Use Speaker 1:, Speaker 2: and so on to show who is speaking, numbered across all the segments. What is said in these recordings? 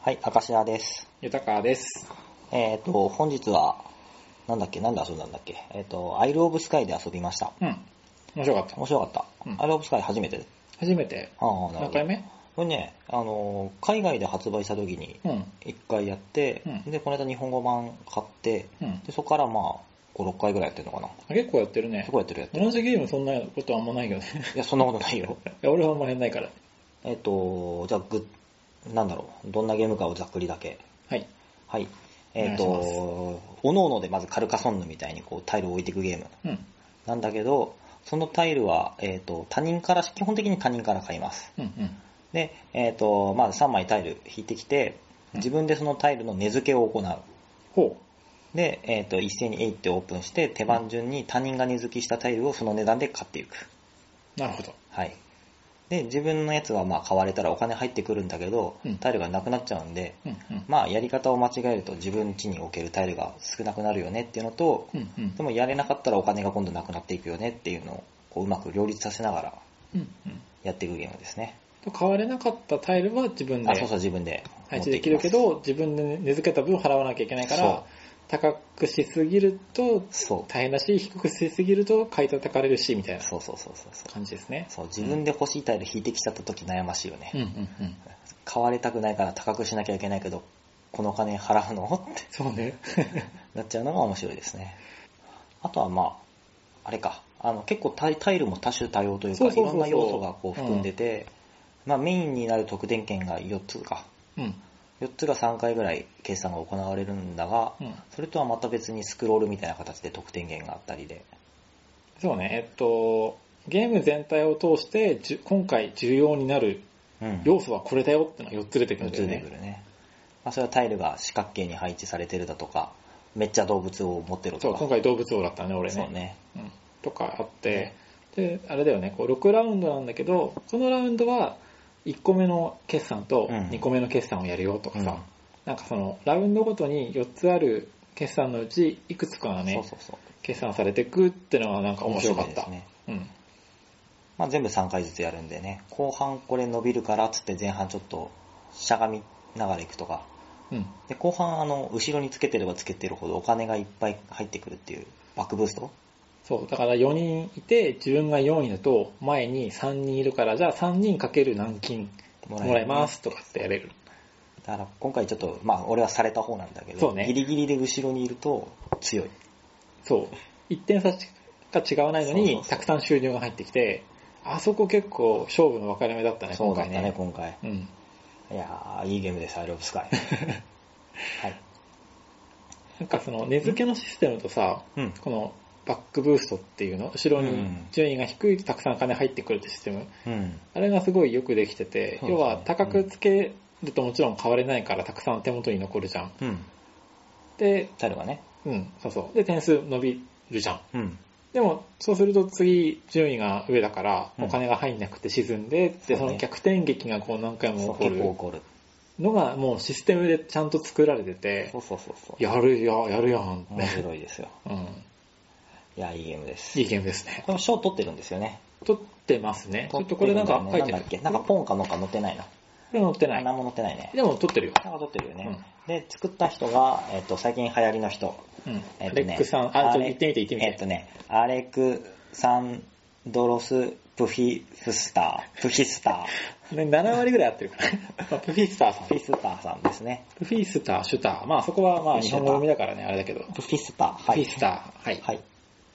Speaker 1: はい、明石家です。
Speaker 2: 豊川です。
Speaker 1: えっ、と、本日は、なんだっけ、なんで遊んだんだっけ、えっ、と、アイル・オブ・スカイで遊びました。
Speaker 2: うん。面白かった。
Speaker 1: 面白かった。
Speaker 2: うん
Speaker 1: アイル・オブ・スカイ初めて
Speaker 2: 初めて
Speaker 1: ああ、なる
Speaker 2: 何
Speaker 1: ほど
Speaker 2: 回。目
Speaker 1: これね、あのー、海外で発売した時に
Speaker 2: うん。
Speaker 1: 1回やって、
Speaker 2: うん
Speaker 1: で、この間日本語版買って、
Speaker 2: うん。
Speaker 1: でそこからまあ、5、6回ぐらいやってるのかな。
Speaker 2: あ結構やってるね
Speaker 1: そ。こやってるやってる。
Speaker 2: 同じゲームそんなことあんまないけどね。
Speaker 1: いや、そんなことないよ。
Speaker 2: いや俺はあんまりないから。
Speaker 1: えっ、と、じゃあ、ぐ、なんだろう、どんなゲームかをざっくりだけ。
Speaker 2: はい。
Speaker 1: はい。えっ、
Speaker 2: お願いし
Speaker 1: と、おのおのでまずカルカソンヌみたいにこうタイルを置いていくゲーム。
Speaker 2: うん。
Speaker 1: なんだけど、そのタイルは、えっ、と、他人から、基本的に他人から買います。
Speaker 2: うんうん。
Speaker 1: で、えっ、と、まあ3枚タイル引いてきて、
Speaker 2: うん
Speaker 1: 自分でそのタイルの根付けを行う。
Speaker 2: ほ
Speaker 1: で、えっ、と、一斉にえいってオープンして、手番順に他人が根付きしたタイルをその値段で買っていく。
Speaker 2: う。なるほど。
Speaker 1: はい。で、自分のやつはまあ買われたらお金入ってくるんだけど、
Speaker 2: うん
Speaker 1: タイルがなくなっちゃうんで、
Speaker 2: うんうん。
Speaker 1: まあやり方を間違えると自分家に置けるタイルが少なくなるよねっていうのと、
Speaker 2: うんうん。
Speaker 1: でもやれなかったらお金が今度なくなっていくよねっていうのをこううまく両立させながら
Speaker 2: うんうん。
Speaker 1: やっていくゲームですね。
Speaker 2: と買われなかったタイルは自分で
Speaker 1: あ、そうそう自分で
Speaker 2: 配置できるけ
Speaker 1: 持って
Speaker 2: ど、自分で根付けた分払わなきゃいけないか
Speaker 1: そう
Speaker 2: ら、高くしすぎると
Speaker 1: きます、そう。
Speaker 2: 大変だし、低くしすぎると買い叩かれるし、みたいな
Speaker 1: そうそうそうそうそう。
Speaker 2: 感じですね。
Speaker 1: そう、自分で欲しいタイル引いてきちゃった時悩ましいよね。
Speaker 2: うんうんうん。
Speaker 1: 買われたくないから高くしなきゃいけないけど、この金払うの って
Speaker 2: そうね。
Speaker 1: なっちゃうのが面白いですね。あとはまあ、あれか、あの結構タイタイルも多種多様というか、
Speaker 2: そう
Speaker 1: い
Speaker 2: そうそ
Speaker 1: ろん
Speaker 2: うそう
Speaker 1: な要素がこう含んでて、まあメインになる特典券が4つか、
Speaker 2: うん。
Speaker 1: 4つが3回ぐらい計算が行われるんだが、
Speaker 2: うん。
Speaker 1: それとはまた別にスクロールみたいな形で得点源があったりで。
Speaker 2: そうね、えっと、ゲーム全体を通して、じゅ今回重要になる
Speaker 1: うん。
Speaker 2: 要素はこれだよってのが4つ出てくる
Speaker 1: 映
Speaker 2: んだよ
Speaker 1: てく
Speaker 2: ね。
Speaker 1: るね。まあ、それはタイルが四角形に配置されてるだとか、めっちゃ動物を持ってる
Speaker 2: そ
Speaker 1: と
Speaker 2: う、
Speaker 1: か。
Speaker 2: 今回動物王だったね、俺
Speaker 1: そう
Speaker 2: ね。
Speaker 1: ね。
Speaker 2: うん、とかあって
Speaker 1: ね、
Speaker 2: で、あれだよね、こう6ラウンドなんだけど、このラウンドは1個目の決算と
Speaker 1: うん
Speaker 2: 2個目の決算をやるよとかさ、
Speaker 1: うん
Speaker 2: なんかその、ラウンドごとに4つある決算のうち、いくつかがね、
Speaker 1: そうそうそう。
Speaker 2: 決算されてくってのはなんか面白かっ
Speaker 1: 面白いで
Speaker 2: た。
Speaker 1: すね。
Speaker 2: うん。
Speaker 1: まあ、全部3回ずつやるんでね、後半これ伸びるからっつって前半ちょっとしゃがみながら行くとか、
Speaker 2: うん。
Speaker 1: で後半あの後ろにつけてればつけてるほどお金がいっぱい入ってくるっていうバックブースト
Speaker 2: そう、だから4人いて、自分が4位だと、前に3人いるから、じゃあ3人かける軟禁
Speaker 1: も
Speaker 2: もらいますとかってやれる。
Speaker 1: だから今回ちょっと、まあ俺はされた方なんだけ
Speaker 2: そ
Speaker 1: ど、
Speaker 2: うね
Speaker 1: ギリギリで後ろにいると強い。
Speaker 2: そう。1点差しか違わないの
Speaker 1: そうそう
Speaker 2: に、
Speaker 1: そう
Speaker 2: たくさん収入が入ってきて、あそこ結構勝負の分かれ目だったね、
Speaker 1: そ
Speaker 2: 今
Speaker 1: うだっ
Speaker 2: 回
Speaker 1: たね、
Speaker 2: ね。
Speaker 1: 今回。
Speaker 2: うん。
Speaker 1: いやー、いいゲームです、アイロブスカ イ。はい。
Speaker 2: なんかその、根付けのシステムとさ、
Speaker 1: うん。
Speaker 2: この、バックブーストっていうの、後ろ
Speaker 1: う
Speaker 2: に
Speaker 1: ん
Speaker 2: 順位が低いとたくさん金入ってくるってシステム、
Speaker 1: うん。
Speaker 2: あれがすごいよくできてて、
Speaker 1: そうですね
Speaker 2: 要は高くつけるともちろん買われないからたくさん手元に残るじゃん。
Speaker 1: うん。
Speaker 2: で、
Speaker 1: タイルがね。
Speaker 2: うん、そうそう。で、点数伸びるじゃん。
Speaker 1: うん。
Speaker 2: でも、そうすると次、順位が上だから、
Speaker 1: うん
Speaker 2: お金が入んなくて沈んで、
Speaker 1: そう
Speaker 2: で、
Speaker 1: ね
Speaker 2: その逆転劇がこう何回
Speaker 1: そ
Speaker 2: も
Speaker 1: う、
Speaker 2: 起こ
Speaker 1: 結構
Speaker 2: る
Speaker 1: 怒る。
Speaker 2: のが、もうシステムでちゃんと作られてて
Speaker 1: そ、うそうそうそう。
Speaker 2: やるよ、やるやんっ
Speaker 1: 面
Speaker 2: て。
Speaker 1: 白いですよ。
Speaker 2: うん。
Speaker 1: いや、いいゲームです。
Speaker 2: いいゲームですね。
Speaker 1: これも賞取ってるんですよね。
Speaker 2: 撮ってますね。ちょ
Speaker 1: 取
Speaker 2: っとこれなんか
Speaker 1: って
Speaker 2: 書
Speaker 1: る
Speaker 2: い
Speaker 1: だよねなん
Speaker 2: てあ
Speaker 1: だっけ
Speaker 2: る。
Speaker 1: なんかポンかのか載ってないな。
Speaker 2: これ載ってない。
Speaker 1: 何も載ってないね。
Speaker 2: でも撮ってるよ。
Speaker 1: なんか取ってるよね。で、作った人が、えっと、最近流行りの人。
Speaker 2: うん。
Speaker 1: えっ
Speaker 2: ア
Speaker 1: とね
Speaker 2: レックさん、あ、ちょっと
Speaker 1: あれ
Speaker 2: 行ってみて行ってみ。
Speaker 1: えってとね、アレク・サンドロス・プフィフスター、プヒスタ
Speaker 2: ね7割ぐらい合ってるから。まあ プフィスターさん
Speaker 1: ー、。プフィスターさんですね。
Speaker 2: プフィスター、シュター。まあそこはまあ日本語読みだからね、あれだけど。
Speaker 1: プフィスター、
Speaker 2: プ
Speaker 1: は
Speaker 2: フィ
Speaker 1: い。
Speaker 2: スター、はい。
Speaker 1: はい。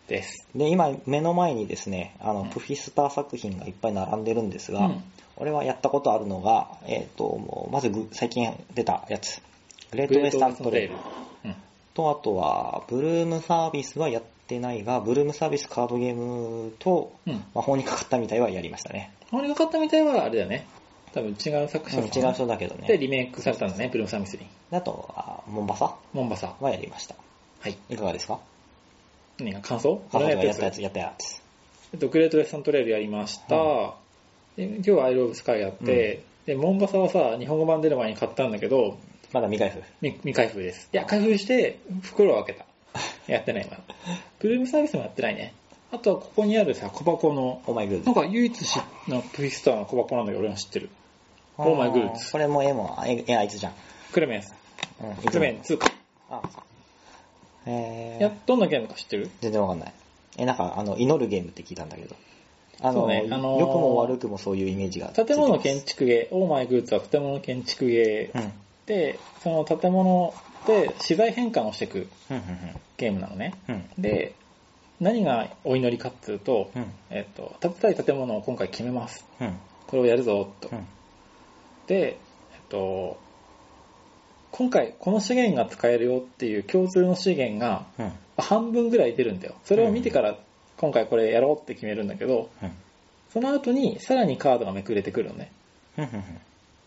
Speaker 2: です。
Speaker 1: で、今、目の前にですね、あの、
Speaker 2: うん
Speaker 1: プフィスター作品がいっぱい並んでるんですが、
Speaker 2: うん
Speaker 1: 俺はやったことあるのが、えっ、と、もうまずぐ最近出たやつ、グレートウェスタントレイル
Speaker 2: うん。
Speaker 1: と、あとは、ブルームサービスはやってないが、ブルームサービスカードゲームと、
Speaker 2: うん。
Speaker 1: 魔法にかかったみたいはやりましたね。
Speaker 2: これが買ったみたいはあれだよね。多分違う作者
Speaker 1: うん
Speaker 2: さん
Speaker 1: 違う人だけど
Speaker 2: で
Speaker 1: ね。
Speaker 2: リメイクされたんだね、ブルームサービスに。
Speaker 1: あとは、モンバサ
Speaker 2: モンバサ。
Speaker 1: はやりました。
Speaker 2: はい。
Speaker 1: いかがですか
Speaker 2: 何が感想
Speaker 1: 彼女がや
Speaker 2: や
Speaker 1: っ
Speaker 2: ったた
Speaker 1: やつ、
Speaker 2: やつ。
Speaker 1: やったやつ。
Speaker 2: えっと、グレートレスタントレールやりました。
Speaker 1: は
Speaker 2: で今日はアイロブスカイやって、で、モンバサはさ、日本語版出る前に買ったんだけど、
Speaker 1: まだ未開封。
Speaker 2: 未未開封です。いや、開封して、袋を 開けた。やってない、今。ブルームサービスもやってないね。あとは、ここにあるさ、小箱の、
Speaker 1: オーマイグー
Speaker 2: なん
Speaker 1: ズ。
Speaker 2: か唯一し、なんかプリスターの小箱なんだけど、俺は知ってる。Oh my goods
Speaker 1: これも絵も、絵、絵あいつじゃん。
Speaker 2: クレメンス。
Speaker 1: うん、
Speaker 2: クレメン2か。
Speaker 1: あ、え
Speaker 2: い
Speaker 1: ー
Speaker 2: や、、どんなゲームか知ってる
Speaker 1: 全然わかんない。え、なんか、あの、祈るゲームって聞いたんだけど。あ
Speaker 2: そ
Speaker 1: の、
Speaker 2: うねあのー
Speaker 1: 良くも悪くもそういうイメージが。
Speaker 2: 建物建。築芸、オーマイグーツは建物建築芸
Speaker 1: うん。うん、
Speaker 2: で、その建物で資材変換をしていく
Speaker 1: うん、
Speaker 2: ゲームなのね。
Speaker 1: うん。
Speaker 2: で、何がお祈りかっつうと、
Speaker 1: うん、
Speaker 2: えっと、建てたい建物を今回決めます。
Speaker 1: うん、
Speaker 2: これをやるぞ、と
Speaker 1: う。ん、
Speaker 2: で、えっと、今回この資源が使えるよっていう共通の資源が
Speaker 1: うん、
Speaker 2: 半分ぐらい出るんだよ。それを見てから今回これやろうって決めるんだけど、
Speaker 1: うん、
Speaker 2: その後にさらにカードがめくれてくるのね。
Speaker 1: うん、うん、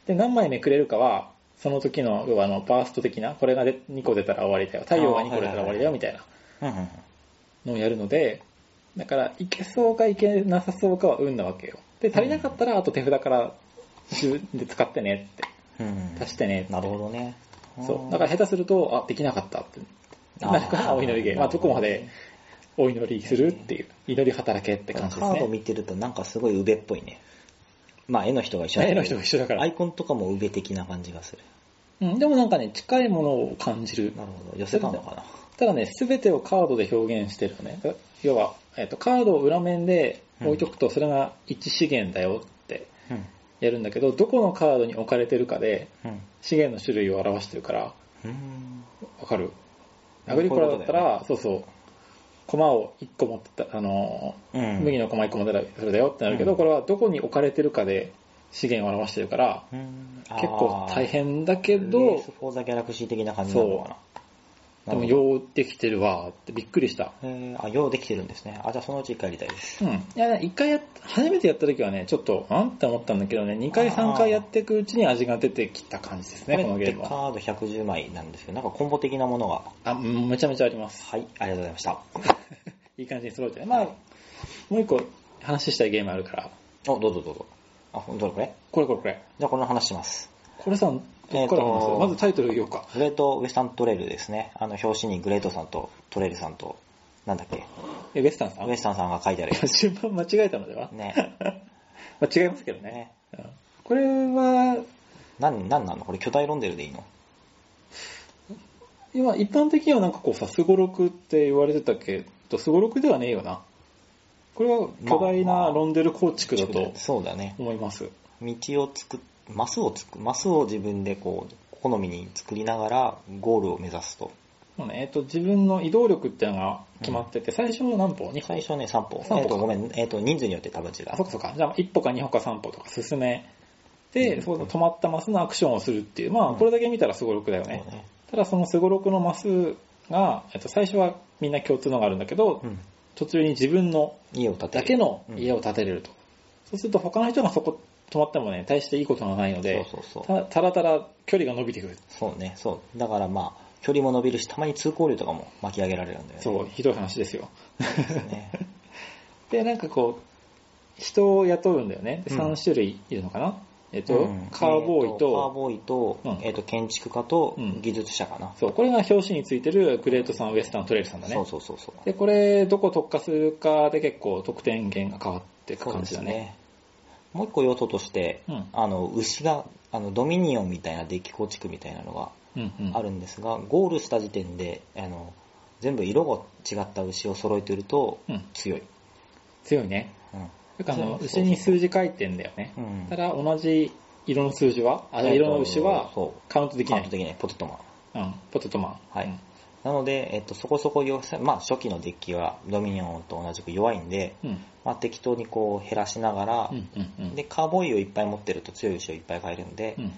Speaker 2: で、何枚めくれるかは、その時の、要はあの、バースト的な、これがで2個出たら終わりだよ。太陽が2個出たら終わりだよ、みたいな
Speaker 1: うん、うん、
Speaker 2: のをやるので、だから、いけそうかいけなさそうかは運なわけよ。で、足りなかったら、あと手札から自分で使ってねっ
Speaker 1: う
Speaker 2: て、
Speaker 1: ん。
Speaker 2: 足してねって
Speaker 1: なるほどね。
Speaker 2: そう。だから下手すると、あ、できなかったって。
Speaker 1: あー
Speaker 2: なるから、お祈りゲーム。まあ、どこまでお祈りするっていう、祈り働けって
Speaker 1: カ
Speaker 2: 感じです
Speaker 1: ード
Speaker 2: ね。
Speaker 1: 見てるとなんかすごい上っぽいね。まあ、絵の人が一緒 だけ
Speaker 2: 絵
Speaker 1: ど
Speaker 2: の人が一緒だか
Speaker 1: ア
Speaker 2: ら
Speaker 1: イ。コンとかも上的な感じがする。
Speaker 2: うん、でもなんかね、近いものを感じる。
Speaker 1: なるほど。寄せたのか
Speaker 2: ただね、すべてをカードで表現してるのね。要は、えっとカードを裏面で置いとくと、それが一資源だよって
Speaker 1: な。
Speaker 2: やるんだけど、どこのカードに置かれてるかで、
Speaker 1: うん。うん。
Speaker 2: 資源の種類を表してるから、
Speaker 1: うん。
Speaker 2: わかるアグリコラだったら、そうそう、駒を1個持ってた、あのー、麦の駒1個持ってたらそれだよってなるけど、
Speaker 1: うん
Speaker 2: これはどこに置かれてるかで資源を表してるから、
Speaker 1: うん
Speaker 2: 結構大変だ
Speaker 1: け
Speaker 2: けど、
Speaker 1: ス・フォー・ザ・ギャラクシー的な感じなのかな。
Speaker 2: でも、
Speaker 1: なるほど
Speaker 2: ようできてるわーってびっくりした。
Speaker 1: えーあ、ようできてるんですね。あ、じゃあそのうち一回やりたいです。
Speaker 2: うん。いや、一回やっ、初めてやった時はね、ちょっと、んって思ったんだけどね、2回
Speaker 1: あー
Speaker 2: 3回やっていくうちに味が出てきた感じですね、この
Speaker 1: こ
Speaker 2: ゲ
Speaker 1: れっ
Speaker 2: ー
Speaker 1: て
Speaker 2: ム
Speaker 1: カ
Speaker 2: は。
Speaker 1: ード110枚なんですけど、なんかコンボ的なものが。
Speaker 2: あ、うんめちゃめちゃあります。
Speaker 1: はい、ありがとうございました。
Speaker 2: いい感じに揃えてね。まあ、
Speaker 1: はい
Speaker 2: もう一個話したいゲームあるから、
Speaker 1: お、どうぞどうぞ。あ、本当だこれ
Speaker 2: これこれこれ。
Speaker 1: じゃあこの話します。
Speaker 2: これさ、どっから話す、
Speaker 1: えーと
Speaker 2: まずタイトル言おうか。
Speaker 1: グレート・ウエスタントレールですね。あの、表紙にグレートさんとトレールさんと、なんだっけ、
Speaker 2: え、ウエスタンさ
Speaker 1: ウエスタンさんが書いてあるや
Speaker 2: ん順番間違えたのでは
Speaker 1: つ。、ね。
Speaker 2: まあ、違いますけどね。
Speaker 1: ね
Speaker 2: うんこれは、
Speaker 1: なん、なんなのこれ巨大ロンデルでいいの
Speaker 2: 今、一般的にはなんかこうさ、スゴロクって言われてたけど、スゴロクではねえよな。これは巨大
Speaker 1: まあま
Speaker 2: な
Speaker 1: あ
Speaker 2: ロンデル構築だと
Speaker 1: そうだね。
Speaker 2: 思います。
Speaker 1: 道を作っ、マスを作、マスを自分でこう、好みに作りながらゴールを目指すと。
Speaker 2: そうねえっと、自分の移動力っていうのが決まってて、最初は何歩 ?2 歩
Speaker 1: 最初ね、3歩。
Speaker 2: 三歩
Speaker 1: えっ、と、ごめん、えっ、と、人数によって多分違う。
Speaker 2: あ、そっかそっか。じゃあ、1歩か2歩か3歩とか進めて、
Speaker 1: うん
Speaker 2: そこで止まったマスのアクションをするっていう、まあ、これだけ見たらスゴロクだよ
Speaker 1: そう
Speaker 2: ね。
Speaker 1: ね。
Speaker 2: ただそのスゴロクのマスが、えっと、最初はみんな共通のがあるんだけど、
Speaker 1: うん。
Speaker 2: 途中に自分の
Speaker 1: 家を建て
Speaker 2: だ
Speaker 1: る。
Speaker 2: けの家を建てれると。そうすると他の人がそこ止まってもね、大していいことがないので、
Speaker 1: そうそうそう。
Speaker 2: たたらたら距離が伸びてくる。
Speaker 1: そうね、そう。だからまあ、距離も伸びるし、たまに通行量とかも巻き上げられるんだよね。
Speaker 2: そう、ひどい話ですよ。
Speaker 1: ですね。
Speaker 2: で、なんかこう、人を雇うんだよね。
Speaker 1: うん
Speaker 2: 3種類いるのかな、えっと、
Speaker 1: うん
Speaker 2: カーボ
Speaker 1: えー
Speaker 2: ーイ
Speaker 1: カー
Speaker 2: と、
Speaker 1: ボーイと、
Speaker 2: うん
Speaker 1: えっ、と、建築家と
Speaker 2: うん
Speaker 1: 技術者かな。
Speaker 2: そう、これが表紙についてるグレートさん、ウエスタン、トレイルさんだね。
Speaker 1: そうそうそうそう。
Speaker 2: で、これ、どこ特化するかで結構得点源が変わっていく感じだ
Speaker 1: そう
Speaker 2: ね。
Speaker 1: です。もう一個要素として、
Speaker 2: うん
Speaker 1: あの、牛が、あの、ドミニオンみたいなデッキ構築みたいなのが
Speaker 2: うんうん
Speaker 1: あるんですが、ゴールした時点で、あの、全部色が違った牛を揃えてると
Speaker 2: うん
Speaker 1: 強い。
Speaker 2: 強いね。
Speaker 1: うん。
Speaker 2: てかあの、
Speaker 1: そうそうそう
Speaker 2: 牛に数字書いてんだよね。
Speaker 1: うん
Speaker 2: ただ、同じ色の数字は、あ
Speaker 1: えっと
Speaker 2: 色の牛は
Speaker 1: そ
Speaker 2: カウントで
Speaker 1: う。
Speaker 2: き
Speaker 1: カ
Speaker 2: な
Speaker 1: ウント
Speaker 2: い。
Speaker 1: できない、ポテトマン。
Speaker 2: うん、ポテトマン。
Speaker 1: はい
Speaker 2: うん
Speaker 1: なので、えっと、そこそこ弱さ、まあ、初期のデッキはドミニオンと同じく弱いんで、
Speaker 2: うん、
Speaker 1: まあ、適当にこう減らしながら
Speaker 2: う、ん、うん。うん
Speaker 1: で、カーボーイをいっぱい持ってると強い牛をいっぱい買えるんで、
Speaker 2: うん。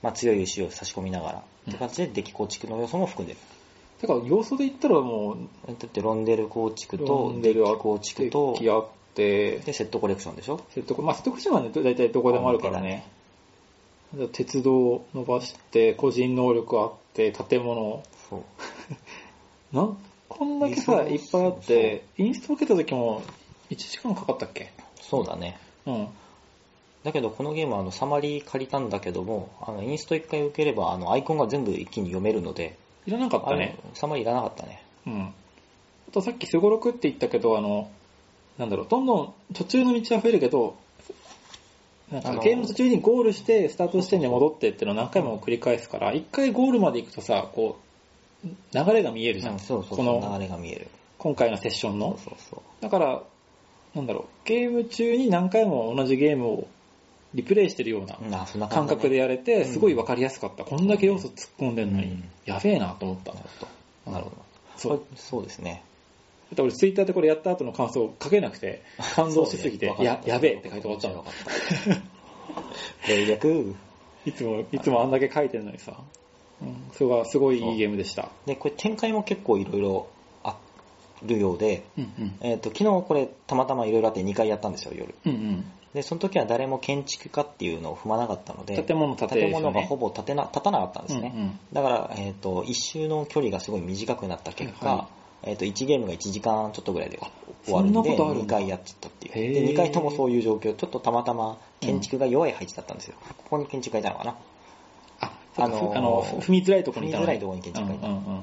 Speaker 1: まあ、強い牛を差し込みながら、
Speaker 2: うん
Speaker 1: って感じでデッキ構築の要素も含んでる。
Speaker 2: てか、要素で言ったらもう、
Speaker 1: だってロンデル構築
Speaker 2: ロ
Speaker 1: と
Speaker 2: ン
Speaker 1: デ
Speaker 2: デル
Speaker 1: ッキ構築と
Speaker 2: デッキあって、
Speaker 1: でセットコレクションでしょ
Speaker 2: セットコ、まあ、セットコシはね、大体どこでもあるからね。鉄道伸ばして、個人能力あって、建物、
Speaker 1: そう
Speaker 2: なんこんだけ
Speaker 1: リ
Speaker 2: さ、
Speaker 1: ソース
Speaker 2: いっぱいあって、インスト受けた時も1時間かかったっけ
Speaker 1: そうだね
Speaker 2: うん。
Speaker 1: だけどこのゲームはあのサマリー借りたんだけどもあのインスト1回受ければあのアイコンが全部一気に読めるので
Speaker 2: いらなかったね。
Speaker 1: あのサマリーいらなかったね
Speaker 2: うん。あとさっきスゴロクって言ったけど、あの、なんだろう、どんどん途中の道は増えるけど、なんかゲーム途中にゴールして、スタート地点に戻ってっていうのを何回も繰り返すから、一回ゴールまで行くとさ、こう、流れが見えるじゃん。
Speaker 1: そうそう
Speaker 2: こ
Speaker 1: そう、
Speaker 2: の、
Speaker 1: 流れが見える。
Speaker 2: 今回のセッション
Speaker 1: そう
Speaker 2: の。
Speaker 1: そうそう。
Speaker 2: だから、なんだろう、ゲーム中に何回も同じゲームをリプレイしてるような
Speaker 1: うんあ、そんな感
Speaker 2: 感
Speaker 1: じだね
Speaker 2: 覚でやれて、
Speaker 1: うん
Speaker 2: すごい分かりやすかった。こんだけ要素突っ込んでるの
Speaker 1: う
Speaker 2: に
Speaker 1: ん、
Speaker 2: やべえなと思った。
Speaker 1: なるほど。なるほど。
Speaker 2: そう。
Speaker 1: これそうですね。
Speaker 2: だって俺ツイッターでこれやった後の感想を書けなく て、感動しすぎて
Speaker 1: そ、うね
Speaker 2: や、やべえって書いて終わっちゃう の。。
Speaker 1: 霊力。
Speaker 2: いつも、いつもあんだけ書いてるのにさ。うん、それはすごいいいゲームでした。
Speaker 1: で、これ展開も結構いろいろあるようで、
Speaker 2: うんうん。
Speaker 1: えっ、と、昨日これたまたまいろいろあって2回やったんですよ、夜。
Speaker 2: うん
Speaker 1: で、その時は誰も建築家っていうのを踏まなかったの
Speaker 2: う
Speaker 1: で、
Speaker 2: ん。建物建て
Speaker 1: 建物がほぼ建てな立たなかったんですね。
Speaker 2: ね。
Speaker 1: だから、えっ、と、一周の距離がすごい短くなった結果、
Speaker 2: はいは
Speaker 1: えっ、と、1ゲームが1時間ちょっとぐらいで終わ
Speaker 2: そ
Speaker 1: る
Speaker 2: ん
Speaker 1: ん
Speaker 2: な
Speaker 1: で、
Speaker 2: ことある
Speaker 1: 2
Speaker 2: んだ
Speaker 1: 回やっちゃったっていう。
Speaker 2: へー
Speaker 1: で、2回ともそういう状況、ちょっとたまたま建築が弱い配置だったんですよ。ここに建築家いたのかな
Speaker 2: あ、そうか
Speaker 1: あのー
Speaker 2: あの、踏みづらいとこにいたのね
Speaker 1: 踏みづらいとこに建築家いた
Speaker 2: うんうんうん。
Speaker 1: だ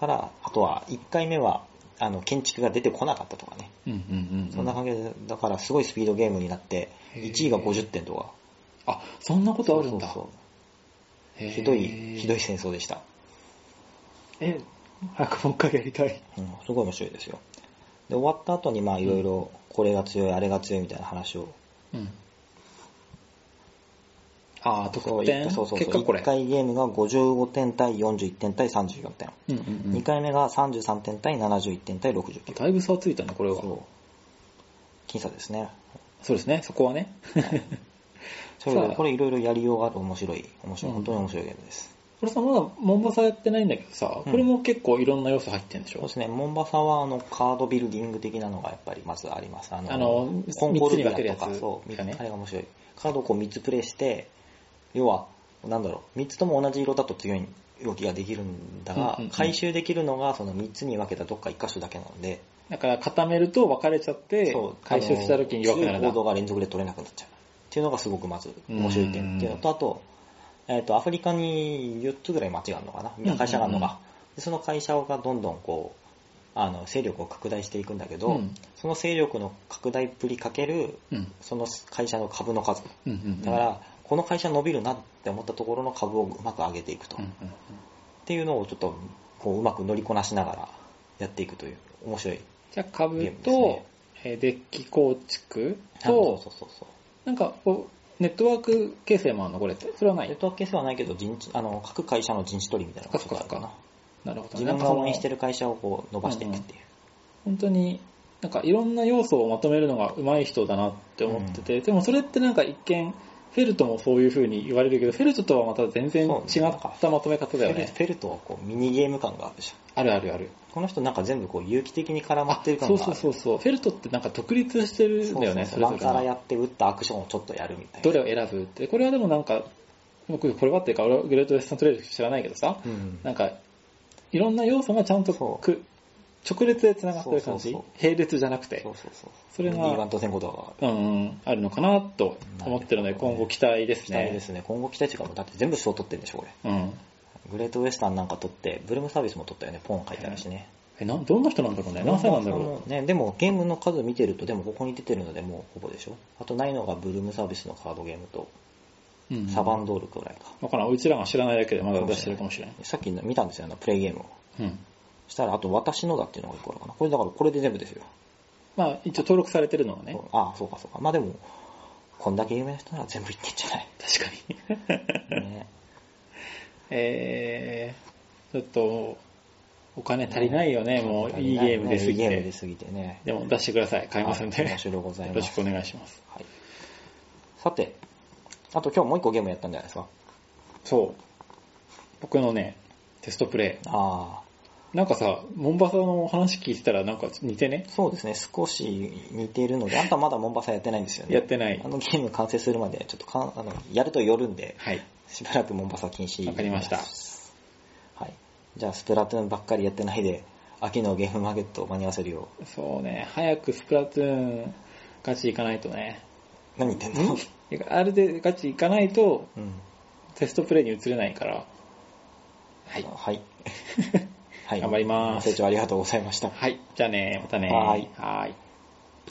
Speaker 1: から、あとは1回目は、あの、建築が出てこなかったとかね。
Speaker 2: うんうんうんうん。
Speaker 1: そんな感じで、だからすごいスピードゲームになって、
Speaker 2: へー
Speaker 1: 1位が50点とか。
Speaker 2: あ、そんなことあるんだ。
Speaker 1: そうそうそう
Speaker 2: ひ
Speaker 1: ひどい、ひどい。戦争でした。
Speaker 2: え、早くもう一回やりたい。
Speaker 1: うん、すごい面白いですよ。で、終わった後に、まあ、いろいろ、これが強い、あれが強いみたいな話を。
Speaker 2: うん。あー、
Speaker 1: そ
Speaker 2: 得
Speaker 1: う
Speaker 2: 点
Speaker 1: そうそうそう。
Speaker 2: 結果これ。
Speaker 1: 1回ゲームが55点対41点対34点。
Speaker 2: うんうんう
Speaker 1: 2
Speaker 2: ん。
Speaker 1: 回目が33点対71点対69。
Speaker 2: だいぶ差はついたね、これは。
Speaker 1: そう。僅差ですね。
Speaker 2: そうですね、そこはね。
Speaker 1: それぞ
Speaker 2: さ
Speaker 1: れ
Speaker 2: あ
Speaker 1: これいろいろやりようがある面白い、面白い、
Speaker 2: うん
Speaker 1: 本当に面白いゲームです。
Speaker 2: これさ、まだモンバサやってないんだけどさ、
Speaker 1: うん
Speaker 2: これも結構いろんな要素入ってるんでし
Speaker 1: そう
Speaker 2: ょ
Speaker 1: ですね、モンバサはあのカードビルディング的なのがやっぱりまずあります。あの、
Speaker 2: あの、
Speaker 1: コンコ
Speaker 2: 3つ
Speaker 1: ル
Speaker 2: に
Speaker 1: ビア
Speaker 2: 分けるや
Speaker 1: と
Speaker 2: つ
Speaker 1: か、そう、み
Speaker 2: がね
Speaker 1: あ。れが面白い。カードをこう3つプレイして、要は、なんだろう、3つとも同じ色だと強い動きができるんだが、
Speaker 2: うんうんうん
Speaker 1: 回収できるのがその3つに分けたどっか1箇所だけなので、
Speaker 2: だから固めると分かれちゃって
Speaker 1: そう、、
Speaker 2: 回収した時に弱くなる
Speaker 1: あ
Speaker 2: ん
Speaker 1: の強い行。
Speaker 2: だ
Speaker 1: 動が連続で取れなくなっちゃう。っていうのがすごくまず面白い点っていうのと、あと、えっ、と、アフリカに4つぐらい街があるのか
Speaker 2: うんう
Speaker 1: な、
Speaker 2: ん
Speaker 1: 会社があるのが。でその会社がどんどんこう、あの、勢力を拡大していくんだけど、
Speaker 2: うん
Speaker 1: その勢力の拡大っぷりかける、
Speaker 2: うん。
Speaker 1: その会社の株の数。
Speaker 2: うんうん。
Speaker 1: だから、この会社伸びるなって思ったところの株をうまく上げていくと。
Speaker 2: うんう
Speaker 1: っ
Speaker 2: んうん、
Speaker 1: ていうのをちょっと、こう、うまく乗りこなしながらやっていくという、面白い。
Speaker 2: じゃあ株
Speaker 1: ゲームです
Speaker 2: と
Speaker 1: ね、
Speaker 2: えーデッキ構築
Speaker 1: そう
Speaker 2: と
Speaker 1: そ、うそうそう。
Speaker 2: なんかこう、ネットワーク形成もあるのこれって。それはな
Speaker 1: ネッ
Speaker 2: い。
Speaker 1: トワーク形成はないけど人事あの、各会社の人事取りみたいなのがちょっとあるかな。
Speaker 2: なるほど
Speaker 1: 自
Speaker 2: ね。な
Speaker 1: 分
Speaker 2: んか
Speaker 1: が
Speaker 2: そ
Speaker 1: 応
Speaker 2: の
Speaker 1: 援してる会社をこう伸ばしていくっていう。
Speaker 2: 本当に、なんかいろんな要素をまとめるのが上手い人だなって思ってて、でもそれってなんか一見、フェルトもそういう風に言われるけど、フェルトとはまた全然違ったまとめ方だ
Speaker 1: フェ
Speaker 2: よ
Speaker 1: ル
Speaker 2: ね。
Speaker 1: フェルトはこうミニゲーム感があるでしょ。
Speaker 2: あるあるある。
Speaker 1: この人なんか全部こう有機的に絡ま
Speaker 2: あ
Speaker 1: っ、てる感
Speaker 2: そ
Speaker 1: が
Speaker 2: う
Speaker 1: ある。
Speaker 2: そうそうそう。フェルトってなんか独立してるんだよね、そ
Speaker 1: そうそうそう
Speaker 2: れ
Speaker 1: ワン
Speaker 2: ぞれ
Speaker 1: カラ
Speaker 2: が。
Speaker 1: やって打ったアクションをちょっとやるみたいな。
Speaker 2: どれを選ぶって。これはでもなんか、僕これはっていうか、俺はグレートウェスタントレール知らないけどさ、
Speaker 1: うん
Speaker 2: なんか、いろんな要素がちゃんと
Speaker 1: そう
Speaker 2: く直列で繋がってる感
Speaker 1: そ
Speaker 2: じ
Speaker 1: うそう。
Speaker 2: 並列じゃなくて。
Speaker 1: そうそうそう。
Speaker 2: それが
Speaker 1: D1 と先行とかが。
Speaker 2: うんうん、あるのかなと思ってるので、
Speaker 1: なるほどね
Speaker 2: 今後期待です
Speaker 1: 期待で
Speaker 2: ね。
Speaker 1: すね。今後期待値がもうだって全部賞取ってるんでしょ、これ。
Speaker 2: うん。
Speaker 1: グレートウエスタンなんか取って、ブルームサービスも取ったよね、ポン書いてあるしね。
Speaker 2: え、な、どんな人なんだろうね。何歳なんだろ
Speaker 1: うね、でもゲームの数見てると、でもここに出てるのでもうほぼでしょ。あとないのがブルームサービスのカードゲームと、
Speaker 2: う。うん
Speaker 1: サバンドールくらいか。
Speaker 2: わからん。うちらが知らないだけでまだ出してるかもしれない。
Speaker 1: さっき見たんですよ、あのプレイゲームを。
Speaker 2: うん。
Speaker 1: したら、あと私のだっていうのが一個あるかな。これだからこれで全部ですよ。
Speaker 2: まあ、一応登録されてるのはね。
Speaker 1: ああ、そうかそうか。まあでも、こんだけ有名な人なら全部いってんじゃない
Speaker 2: 確かに。
Speaker 1: ね
Speaker 2: えー、ちょっと、お金足りないよね。もう、いいゲームで
Speaker 1: い
Speaker 2: す
Speaker 1: い
Speaker 2: ぎ
Speaker 1: ゲームで
Speaker 2: て。
Speaker 1: すぎてね。
Speaker 2: でも、出してください。買いますんで。
Speaker 1: はい面
Speaker 2: よ
Speaker 1: 白いござい
Speaker 2: ろ
Speaker 1: ま
Speaker 2: し
Speaker 1: す。
Speaker 2: くお願いします。
Speaker 1: はい、さて、あと今日もう一個ゲームやったんじゃないですか。
Speaker 2: そう。僕のね、テストプレ
Speaker 1: あ
Speaker 2: イ。なんかさ、モンバサの話聞いてたらなんか似てね
Speaker 1: あ、。そうですね、少し似ているので、あんたまだモンバサやってないんですよね。
Speaker 2: やってない
Speaker 1: あ。のゲーム完成するまで、ちょっとかんあのやると寄るんで、
Speaker 2: はい。
Speaker 1: しばらくモンバサ禁止。
Speaker 2: わかりました
Speaker 1: はい。じゃあ、スプラトゥーンばっかりやってないで、秋のゲームマーケットを間に合わせるよう。
Speaker 2: そうね、早くスプラトゥーンガチ行かないとね。
Speaker 1: 何言ってんの
Speaker 2: てかあれでガチ行かないと
Speaker 1: うん。
Speaker 2: テストプレイに移れないから。 はい。
Speaker 1: はい。はい。
Speaker 2: 頑張ります
Speaker 1: 成長ありがとうございました。
Speaker 2: はい、じゃあね、またね。
Speaker 1: はーい
Speaker 2: はーい。